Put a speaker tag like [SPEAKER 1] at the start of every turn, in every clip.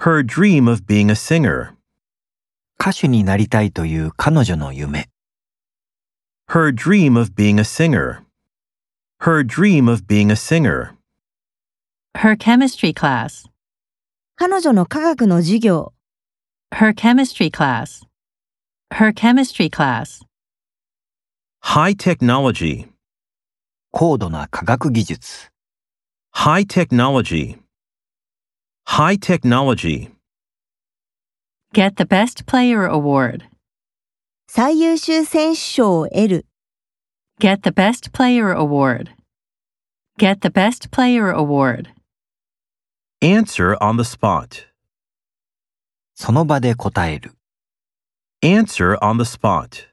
[SPEAKER 1] her dream of being a singer,
[SPEAKER 2] 歌手になりたいという彼女の夢。
[SPEAKER 1] her dream of being a singer, her dream of being a singer,
[SPEAKER 3] her chemistry class,
[SPEAKER 4] 彼女の科学の授業、
[SPEAKER 3] her chemistry class, her chemistry class,
[SPEAKER 1] high technology,
[SPEAKER 2] 高度な科学技術。
[SPEAKER 1] high technology, high technology,
[SPEAKER 3] get the best player award,
[SPEAKER 4] 最優秀選手賞を得る、
[SPEAKER 3] get the best player award, get the best player award,
[SPEAKER 1] answer on the spot,
[SPEAKER 2] その場で答える。
[SPEAKER 1] answer on the spot,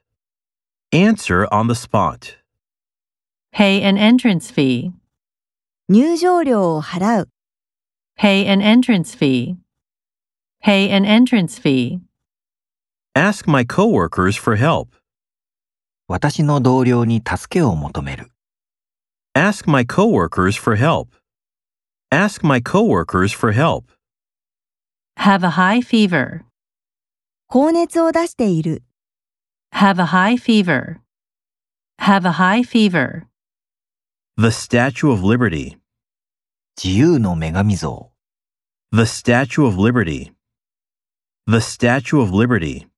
[SPEAKER 1] answer on the spot,
[SPEAKER 3] pay an entrance fee,
[SPEAKER 4] 入場料を払う、
[SPEAKER 3] pay an entrance fee, pay an entrance fee,
[SPEAKER 1] ask my coworkers for help,
[SPEAKER 2] 私の同僚に助けを求める。
[SPEAKER 1] ask my coworkers for help, ask my coworkers for help,
[SPEAKER 3] have a high fever,
[SPEAKER 4] 高熱を出している、
[SPEAKER 3] have a high fever, have a high fever,
[SPEAKER 1] the Statue of Liberty.
[SPEAKER 2] 自由の女神像。
[SPEAKER 1] The Statue of Liberty. The Statue of Liberty.